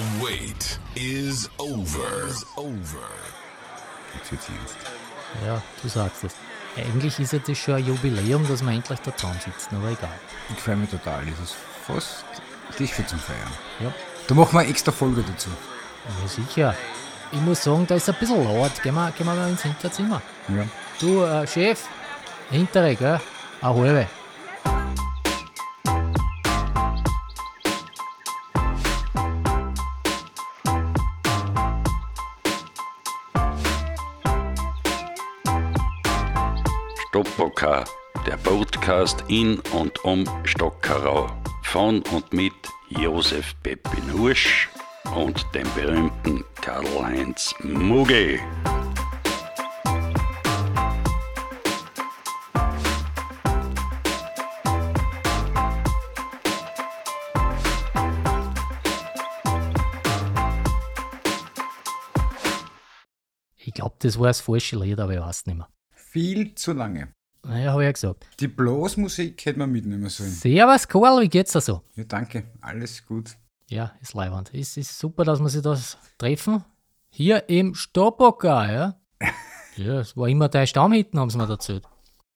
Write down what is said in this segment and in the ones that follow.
Fight is over. over. Ja, du sagst es. Eigentlich ist jetzt das schon ein Jubiläum, dass wir endlich da dran sitzen, aber egal. Ich freue mich total. Das ist fast dich für zum Feiern. Ja, Da machen wir eine extra Folge dazu. ja sicher. Ich muss sagen, da ist ein bisschen laut. Gehen wir, gehen wir mal ins Hinterzimmer. Ja. Du, äh, Chef, hintere, gell? Eine halbe. Stoppocker, der Podcast in und um Stockerau. Von und mit Josef Peppin Hursch und dem berühmten Karl-Heinz Mugge. Ich glaube, das war das falsche Lied, aber ich weiß es nicht mehr. Viel zu lange. Naja, habe ich ja gesagt. Die Blasmusik hätte man mitnehmen sollen. Servus, Karl, wie geht's dir so? Ja, danke. Alles gut. Ja, ist leiwand. Es ist super, dass wir sie das treffen. Hier im Stopocker, ja? ja, es war immer dein Stammhitten, haben sie mir erzählt.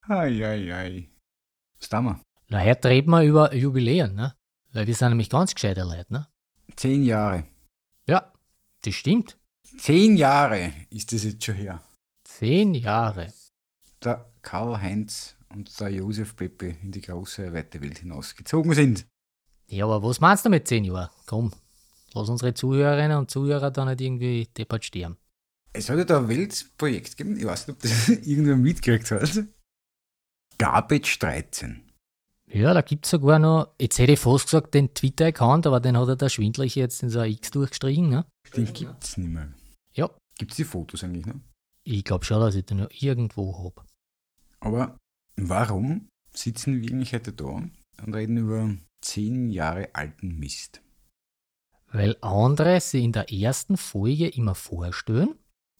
Ei, ei, ei. Was tun wir? Na, heute reden wir über Jubiläen, ne? Weil wir sind nämlich ganz gescheite Leute, ne? Zehn Jahre. Ja, das stimmt. Zehn Jahre ist das jetzt schon her. Zehn Jahre. Der Karl-Heinz und der Josef Peppe in die große, weite Welt hinausgezogen sind. Ja, aber was meinst du mit zehn Jahren? Komm, lass unsere Zuhörerinnen und Zuhörer da nicht irgendwie deppert sterben. Es hat ja da ein Weltprojekt gegeben, ich weiß nicht, ob das irgendwer mitgekriegt hat. Garbage 13. Ja, da gibt es sogar noch, jetzt hätte ich fast gesagt, den Twitter-Account, aber den hat er der Schwindliche jetzt in so ein X durchgestrichen, ne? Den gibt's nicht mehr. Ja. Gibt's die Fotos eigentlich, ne? Ich glaube schon, dass ich den noch irgendwo hab. Aber warum sitzen wir eigentlich heute da und reden über zehn Jahre alten Mist? Weil andere sie in der ersten Folge immer vorstellen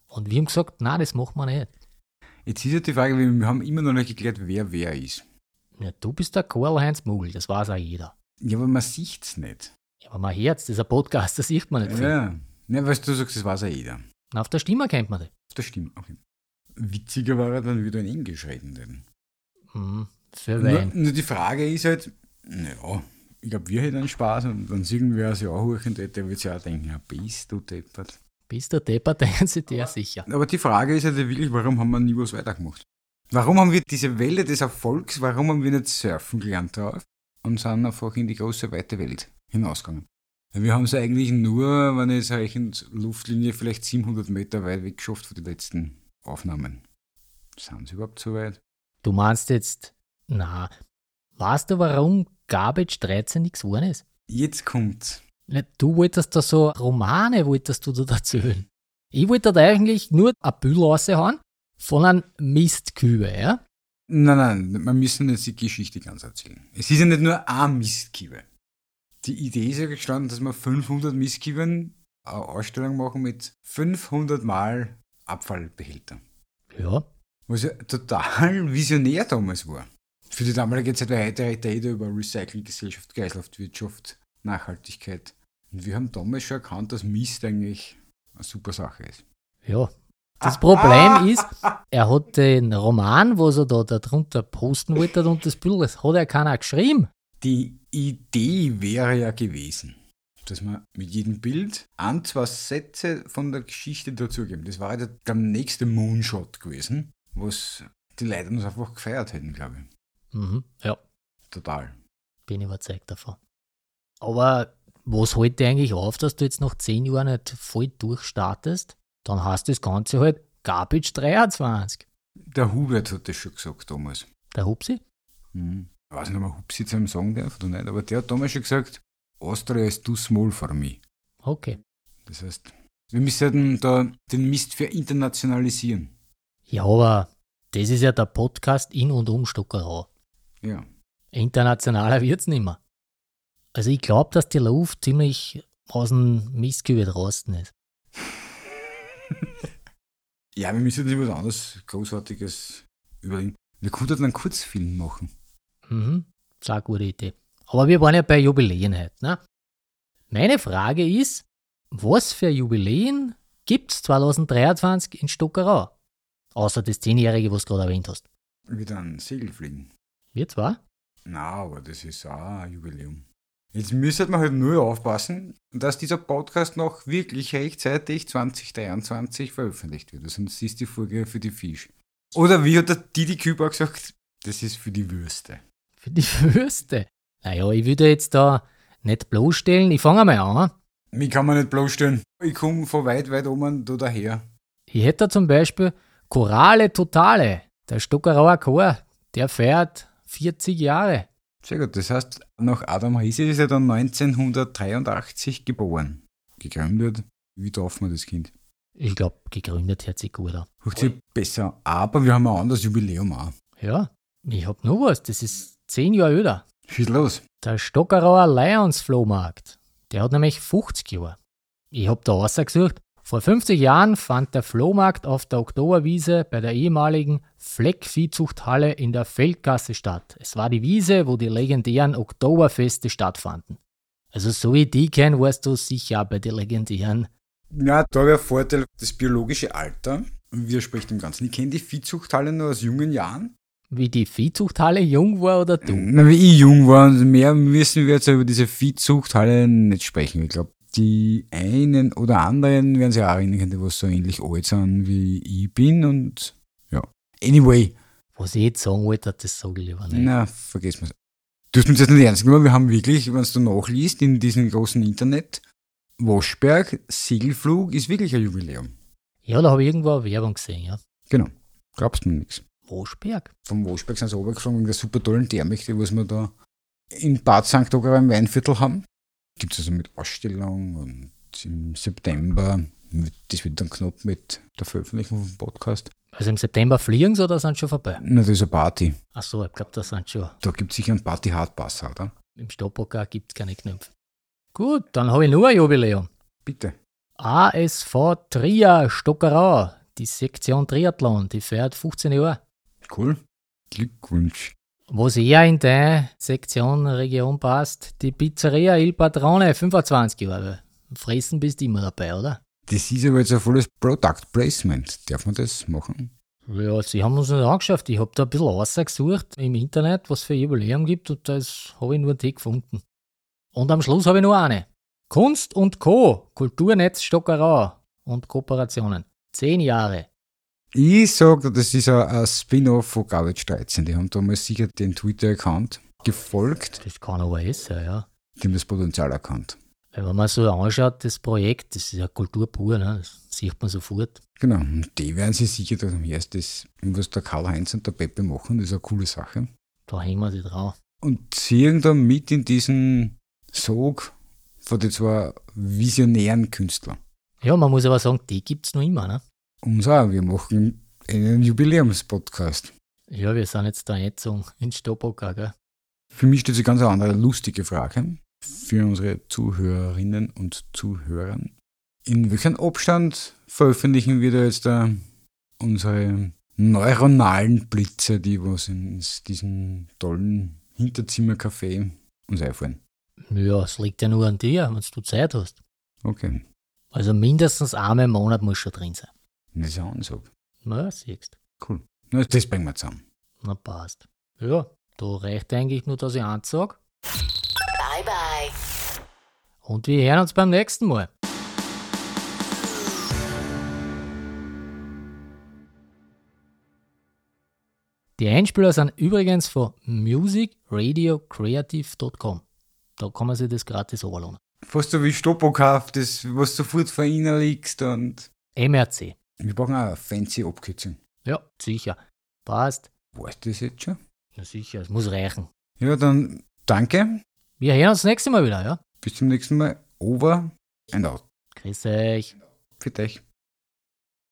und wir haben gesagt, nein, das machen wir nicht. Jetzt ist ja die Frage, wir haben immer noch nicht geklärt, wer wer ist. Ja, du bist der Karl-Heinz Mugel, das weiß auch jeder. Ja, aber man sieht's nicht. Ja, aber mein Herz, das ist ein Podcast, das sieht man nicht viel. Ja. Ne, was du sagst, das weiß ja jeder. Na, auf der Stimme kennt man das. Das stimmt. Okay. Witziger war er dann wieder in Englisch reden. Denn. Hm, für Nur, wen? nur die Frage ist halt, naja, ich glaube, wir hätten einen Spaß und wenn es irgendwer sich anhören hätte, der würde sich auch denken, ja, bist du deppert. Bist du deppert, denken sie dir sicher. Aber die Frage ist halt wirklich, warum haben wir nie was weitergemacht? Warum haben wir diese Welle des Erfolgs, warum haben wir nicht surfen gelernt drauf und sind einfach in die große, weite Welt hinausgegangen? Wir haben es eigentlich nur, wenn ich es rechnet, Luftlinie vielleicht 700 Meter weit weg geschafft für die letzten Aufnahmen. Sind sie überhaupt so weit? Du meinst jetzt, na, weißt du, warum Garbage 13 nichts geworden ist? Jetzt kommt's. Na, Du wolltest da so Romane, wolltest du da erzählen. Ich wollte da eigentlich nur ein Bild raushauen von einem Mistkübe, ja? Nein, nein, wir müssen jetzt die Geschichte ganz erzählen. Es ist ja nicht nur eine Mistkiebe. Die Idee ist ja gestanden, dass wir 500 Mistkieben eine Ausstellung machen mit 500 Mal Abfallbehälter. Ja, Was ja total visionär damals war. Für die damalige Zeit, weil heute redet ja jeder über Recyclinggesellschaft, Kreislaufwirtschaft, Nachhaltigkeit. Und wir haben damals schon erkannt, dass Mist eigentlich eine super Sache ist. ja. Das Problem ist, er hat den Roman, was er da darunter posten wollte und das Bild, das hat ja keiner geschrieben. Die Idee wäre ja gewesen, dass man mit jedem Bild ein, zwei Sätze von der Geschichte dazugeben. Das war ja der, der nächste Moonshot gewesen, was die Leute uns einfach gefeiert hätten, glaube ich. Mhm, ja, Total. bin überzeugt davon. Aber was hält dir eigentlich auf, dass du jetzt nach 10 Jahren nicht voll durchstartest? Dann heißt das Ganze halt Garbage 23. Der Hubert hat das schon gesagt damals. Der Hupsi? Mhm. Ich weiß nicht, ob man Hupsi zu ihm sagen darf oder nicht, aber der hat damals schon gesagt, Austria ist too small for me. Okay. Das heißt, wir müssen da den Mist für internationalisieren. Ja, aber das ist ja der Podcast in und um Stockerau. Ja. Internationaler wird's nicht mehr. Also ich glaube, dass die Luft ziemlich aus dem Mistkübel draußen ist. Ja, wir müssen uns was anderes Großartiges überlegen. Wir könnten einen Kurzfilm machen. Mhm, das ist eine gute Idee. Aber wir waren ja bei Jubiläen heute, ne? Meine Frage ist, Was für Jubiläen gibt's 2023 in Stockerau? Außer das 10-jährige, was du gerade erwähnt hast. Wieder ein Segel fliegen. Wir zwar? Na, aber das ist auch ein Jubiläum. Jetzt müsste man halt nur aufpassen, dass dieser Podcast noch wirklich rechtzeitig 2023 veröffentlicht wird. Also, Sonst ist die Folge für die Fisch. Oder wie hat der Didi Küber gesagt, das ist für die Würste. Für die Würste. Naja, ich würde jetzt da nicht bloßstellen. Ich fange einmal an. Mich kann man nicht bloßstellen. Ich komme von weit, weit oben da daher. Ich hätte da zum Beispiel Chorale Totale. Der Stockerauer Chor, der feiert 40 Jahre. Sehr gut, das heißt, nach Adam Riese ist er dann 1983 geboren. Gegründet. Wie darf man das Kind? Ich glaube, gegründet hört sich gut an. Hört sich besser. Aber wir haben ein anderes Jubiläum auch. Ja, ich hab noch was. Das ist 10 Jahre öder. Schieß los. Der Stockerauer Lions Flohmarkt. Der hat nämlich 50 Jahre. Ich hab da rausgesucht. Vor 50 Jahren fand der Flohmarkt auf der Oktoberwiese bei der ehemaligen Fleckviehzuchthalle in der Feldgasse statt. Es war die Wiese, wo die legendären Oktoberfeste stattfanden. Also so wie die kennen, warst du sicher auch bei den legendären. Ja, da wäre Vorteil das biologische Alter. Widerspricht dem Ganzen. Ich kenne die Viehzuchthalle nur aus jungen Jahren. Wie die Viehzuchthalle jung war oder du? Na, wie ich jung war, also mehr müssen wir jetzt über diese Viehzuchthalle nicht sprechen. Ich glaube, die einen oder anderen werden sich auch erinnern können, die was so ähnlich alt sind wie ich bin und ja. Anyway, Was ich jetzt sagen wollte, das sage ich lieber nicht. na, vergessen wir es. Du hast uns jetzt nicht ernst genommen, wir haben wirklich, wenn du nachliest in diesem großen Internet, Waschberg, Segelflug ist wirklich ein Jubiläum. Ja, da habe ich irgendwo eine Werbung gesehen, ja. Genau. Glaubst du mir nichts. Waschberg. vom Waschberg sind sie runtergeflogen wegen der super tollen Thermik, die was wir da in Bad St. Oger im Weinviertel haben. Gibt es also mit Ausstellung und im September, wird- das wird dann knapp mit der Veröffentlichung vom Podcast. Also im September fliegen sie oder sind sie schon vorbei? Na, das ist eine Party. Ach so, ich glaube, da sind sie schon. Da gibt es sicher einen Party-Hardpass, oder? Im Stoppocker gibt es keine Knöpfe. Gut, dann habe ich nur ein Jubiläum. Bitte. ASV Trier Stockerau, die Sektion Triathlon, die fährt 15 Jahre. Cool. Glückwunsch. Was eher in deine Sektion, Region passt, die Pizzeria Il Patrone, 25 Jahre. Fressen bist du immer dabei, oder? Das ist aber jetzt ein volles Product Placement. Darf man das machen? Ja, sie haben uns nicht angeschafft. Ich habe da ein bisschen rausgesucht im Internet, was für Jubiläum gibt und das habe ich nur die gefunden. Und am Schluss habe ich nur eine. Kunst und Co. Kulturnetz Stockerau und Kooperationen. Zehn Jahre. Ich sage, das ist ein, ein Spin-off von Garbage 13. Die haben damals sicher den Twitter-Account gefolgt. Das kann aber eh sein, ja. Die haben das Potenzial erkannt. Weil wenn man so anschaut, das Projekt, das ist ja Kultur pur, ne? das sieht man sofort. Genau, und die werden sich sicher gedacht haben, ja, ist das, was der Karl-Heinz und der Peppe machen, das ist eine coole Sache. Da hängen wir sie drauf. Und ziehen dann mit in diesen Sog von den zwei visionären Künstlern. Ja, man muss aber sagen, die gibt es noch immer. Ne? Uns auch, wir machen einen Jubiläumspodcast. Ja, wir sind jetzt da jetzt so in Stopoka, gell? Für mich steht eine ganz andere lustige Frage für unsere Zuhörerinnen und Zuhörer. In welchem Abstand veröffentlichen wir da jetzt da unsere neuronalen Blitze, die was in diesem tollen Hinterzimmercafé uns einfallen? Ja, es liegt ja nur an dir, wenn du Zeit hast. Okay, Also mindestens einmal im Monat muss schon drin sein. das ist ein Ansatz. Na, siehst Cool. Na, das bringen wir zusammen. Na, passt. Ja, da reicht eigentlich nur, dass ich anzeige. Bye bye. Und wir hören uns beim nächsten Mal. Die Einspieler sind übrigens von musicradiocreative.com. Da kann man sich das gratis runterladen. Fast so wie Stoppokauf, das, was du sofort verinnerlichst und. MRC. Wir brauchen auch eine fancy Abkürzung. Ja, sicher. Passt. Weißt du das jetzt schon? Na sicher, es muss reichen. Ja, dann danke. Wir hören uns das nächste Mal wieder, ja? Bis zum nächsten Mal. Over and out. Grüß euch. Für dich.